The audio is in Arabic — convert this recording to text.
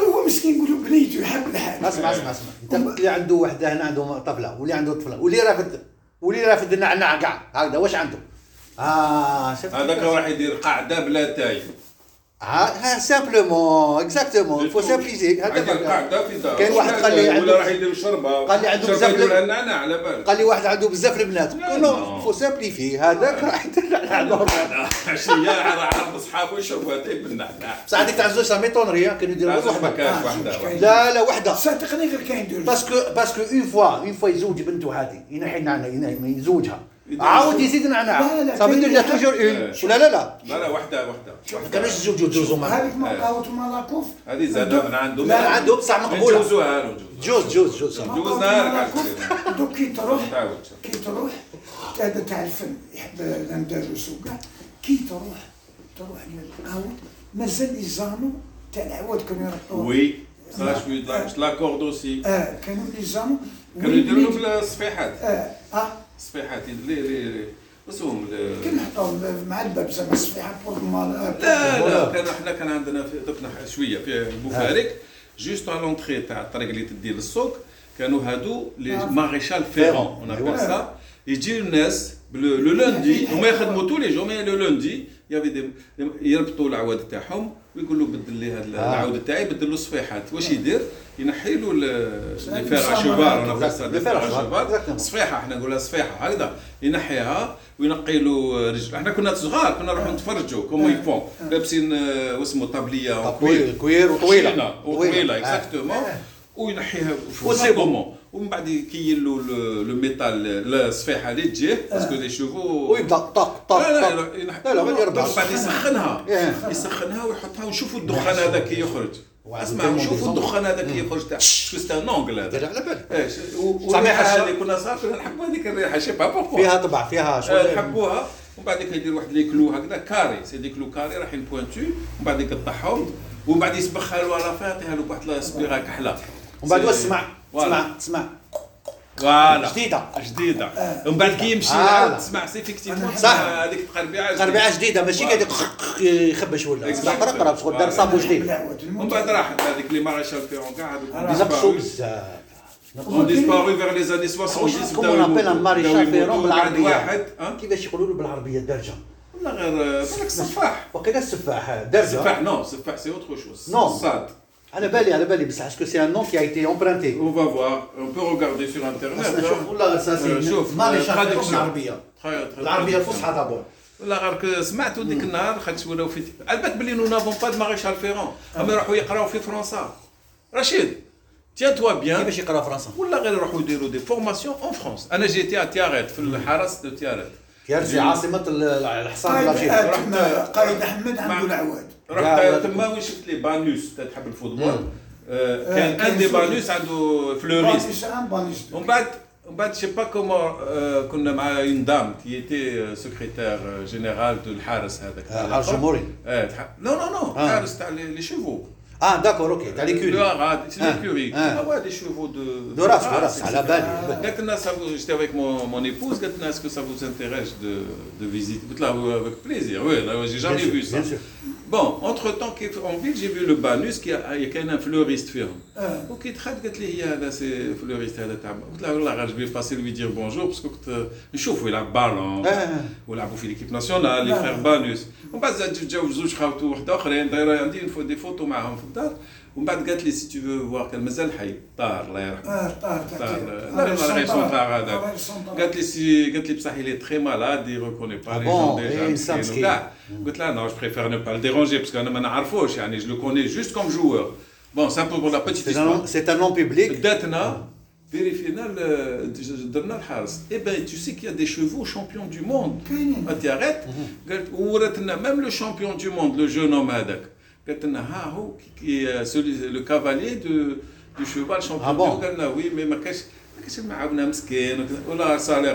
نقولوا بنيته يحب الحال اسمع اسمع اسمع انت قلت لي عنده وحده هنا عنده طفله واللي عنده طفله واللي رافد واللي رافد النعناع كاع هكذا واش عنده اه شفت هذاك راح يدير قاعده بلا تاي ها سامبلومون اكزاكتومون فو سامبليزي يدير هكذا قاعده في دار كاين واحد قال لي عنده- ولا راح يدير شربه قال لي عنده شربه بزاف يدير لب- النعناع على بالك قال لي واحد عنده بزاف البنات لا، قلت له لا. فو سامبليفي هذاك راح يدير النعناع عشيه راح عرف اصحابه يشربوا تاي بالنعناع بصح هذيك تاع الزوج سامي طونري كانوا يديروا لازم ما وحده كانش آه، واحده شوف واحدة. لا لا وحده صدقني غير كاين دور باسكو باسكو اون فوا اون فوا يزوج بنته هذه ينحي النعناع ينحي- يزوجها يدير عاود الزوج. يزيد لا، نعناع لا، صافي كاين ترجع واحد- توجور إيه. اون لا لا لا لا لا واحده واحده ما كانوش يزوجوا زوجهم هذيك آه. مقاوت مالاكوف هذه زاد من عنده لا، من عنده بصح مقبولة. نجوزوها له نجوزوها. جوز جوز جوز صافي. جوزنا لك دوك كي تروح تعاود شوف. كي تروح هذا تاع الفن يحب الاندلس وكاع كي تروح تروح للقاوت مازال يزانو تاع العواد كانوا يرقوا وي صلاش في لاش لاكورد اوسي اه كانوا يزانو كانوا يديروا له بالصفيحات اه اه الصفيحات لي لي اسمهم كي نحطوا مع الباب زعما الصفيحه بور مال لا لا كان احنا كان عندنا في دوك شويه في بوفارك جوست على لونتري تاع الطريق اللي تدي للسوق كانوا هادو لي آه. ماريشال فيرون اون أيوة. ابل سا يجي الناس بل- لو لوندي هما يخدموا تو لي جور مي لو لوندي يافي دي يربطوا العواد تاعهم ويقول له بدل لي هاد آه. العود تاعي بدل له الصفيحات واش يدير ينحي له ال- لي فير السمرة. اشوفار انا Exactement. بلاصه لي دي فير فير أشوفار. اشوفار Exactement. صفيحه احنا نقولها صفيحه هكذا ينحيها وينقي له رجل احنا كنا صغار كنا نروحوا نتفرجوا كومو يفون لابسين آه، واسمه طابليه كوير كوير وطويله خشينة وطويله آه. اكزاكتومون وينحيها في وسي بون. الكومو ومن بعد يكيل له ال- لو ميتال الصفيحه اللي آه. تجيه باسكو لي شوفو ويبدا آه. طق طق لا لا طق لا ينح- لا لا ما يربطش. بعد يسخنها إيه. يسخنها ويحطها ونشوفوا الدخان هذا كي يخرج وعاد اسمع يديرهم نشوفوا ديزون. الدخان هذا كي يخرج تاع شو سي ان اونغل دير هذا على بالك ايش صحيح. والريحه هذه كنا صغار كنا نحبوا هذيك الريحه شي با بوركوا فيها طبع فيها آه، شويه نحبوها ومن بعد يدير واحد لي كلو هكذا كاري سي دي كلو كاري رايحين بوانتو ومن بعد يقطعهم ومن بعد يسبخها له على فين يعطيها له بواحد الصبيغه كحله ومن بعد سي- واسمع فوالا. اسمع اسمع فوالا جديدة. جديده ومن بعد كي يمشي فوالا. يعاود تسمع سي فيكتيفمون آه. صح. تسمع هذيك التقربيعه جديدة. قربعه جديده ماشي فوالا. قاعد يخبش ولا Exactement. لا قرا قرا شغل دار صابو جديد آه، بالعواد ومن بعد راحت هذيك لي ماراشال فيرون كاع نقصوا هذوك بزاف اون ديسبارو فيغ لي زاني 70 كوم اون ابيل ان ماريشال فيرون واحد بالعربيه ها؟ كيفاش يقولوا له بالعربيه الدارجه ولا غير آه، بالك السفاح وقيلا السفاح درجه السفاح نو السفاح سي اوتر شوز Non. الصاد على بالي على بالي بصح اسكو سي ان نون كي ايتي امبرانتي On va voir, on peut regarder sur internet. خاصنا hein. نشوف والله سا Euh, سي شوف، euh, ماريشال traduction. بالعربيه Très- très- العربيه الفصحى دابور ولا غير سمعتوا ديك النهار خاطش ولاو في على بالك بلي نو نافون با دو ماريشال فيرون اما يروحوا يقراو في فرنسا رشيد تيان توا بيان كيفاش يقرا فرنسا ولا غير يروحوا يديروا دي فورماسيون اون فرنسا انا جيتي ا تياريت في الحرس دو تياريت يرجع عاصمه ال- الحصان قايد آه، الجيري أحمد- قايد احمد عنده العواد رحت لا، تما وين شفت لي بانوس تا تحب الفوتبول مم. آه، كان كان ان دي فوق. بانوس عنده فلوريست بانيش ان بانيش On bat, on bat, je sais pas comment, euh, qu'on a une dame qui était euh, secrétaire euh, générale de l'Haras. avec- Ah, Haras Jumouri. Eh, t'ha- Non, non, non, Ah. Haras, t'as les, les chevaux. اه داكور اوكي تاع Le- Le ليكوري Haras, c'est Ah. l'écurie. Ah. Ah ouais, des chevaux de. De race, de race, à la etc. balle. Gatna, ça vous- j'étais avec mon, mon épouse, Gatna, est-ce que ça vous intéresse de, de visiter Tout Là, euh, avec plaisir, oui, là, j'ai jamais vu ça. بيان سور Bon, entre-temps, qu'est- en ville, j'ai vu le Banus, qui a, il y a quand même un fleuriste ferme. اه وكي دخلت قالت لي هي هذا سي فلوريست هذا تاع قلت لها والله غير جبي باسي لوي دير بونجور باسكو كنت نشوفو يلعب بالون آه. ولعبوا في ليكيب ناسيونال لي Ah. آه. فخير بانوس ومن بعد زاد جاو زوج خاوتو واحد اخرين دايره عندي نف- دي فوتو معاهم في الدار ومن بعد قالت لي سي تو فو فوار كان مازال حي طار الله يرحمه اه طار طار لا لا غير سون طار هذاك قالت لي سي قالت لي بصح اللي تخي مالاد يي ريكوني با Ah لي bon, جون eh, ديجا ça, مسكين وكاع قلت لها نو جو بريفير نو با ديرونجي باسكو انا ما نعرفوش يعني جو لو كوني جوست كوم جوور بون سا بور لا بوتيت سي ان- سي ان نون بيبليك بداتنا فيريفينا درنا الحارس اي بان تو سي كيا دي شيفو شامبيون دو موند كاينين انت عرفت Ah, Mhm. قالت وورت لنا ميم لو شامبيون دو موند لو جون هوم هذاك قالت لنا ها هو euh, كي سولي لو كافالي دو دو شوفال Ah شامبيون bon. قالنا وي مي ما كاش ما كاش معاونه مسكين ولا سالير